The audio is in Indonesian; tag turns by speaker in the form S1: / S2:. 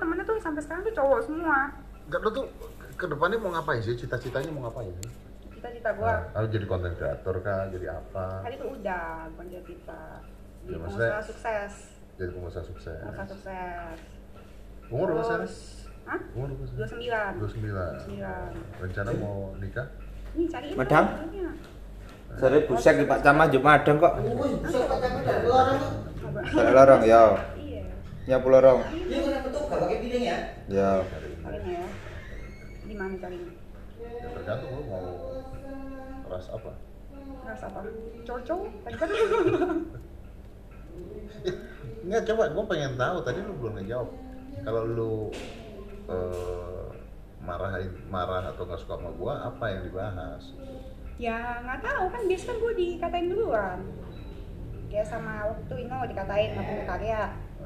S1: temennya tuh sampai sekarang tuh cowok semua
S2: Enggak, lu tuh ke depannya mau ngapain sih? Cita-citanya mau ngapain?
S1: cita-cita gue
S2: Nah, lu jadi konten kreator kah? Jadi apa?
S1: tadi tuh udah bukan cita-cita
S2: Ya,
S1: jadi
S2: maksudnya-
S1: pengusaha sukses
S2: Jadi pengusaha sukses.
S1: pengusaha sukses
S2: Umur berapa sekarang?
S1: Hah?
S2: Umur berapa
S1: dua
S2: sekarang?
S1: sembilan
S2: 29.
S1: Sembilan.
S2: Rencana mau nikah?
S1: ini cariin
S3: Madam?
S1: dong ininya.
S3: Sore busek di Pak Camat Jumat ada kok.
S4: Wih, bisa kacamata dari luar itu.
S1: Coba.
S3: Sore lorong ya.
S1: iya
S3: Nyapu lorong.
S4: Ini kenapa tuh gak pakai piring ya?
S3: Ya.
S1: cariin ya di mana cariin
S2: Ya tergantung lu mau ras apa.
S1: rasa apa cowok-cowok tadi kan
S2: Enggak, coba gue pengen tahu tadi lu belum ngejawab. Kalau lu eh, marahin marah atau nggak suka sama gua apa yang dibahas
S1: ya nggak tahu kan biasa Ya, kan gue dikatain duluan kayak sama waktu Ino dikatain waktu berkarya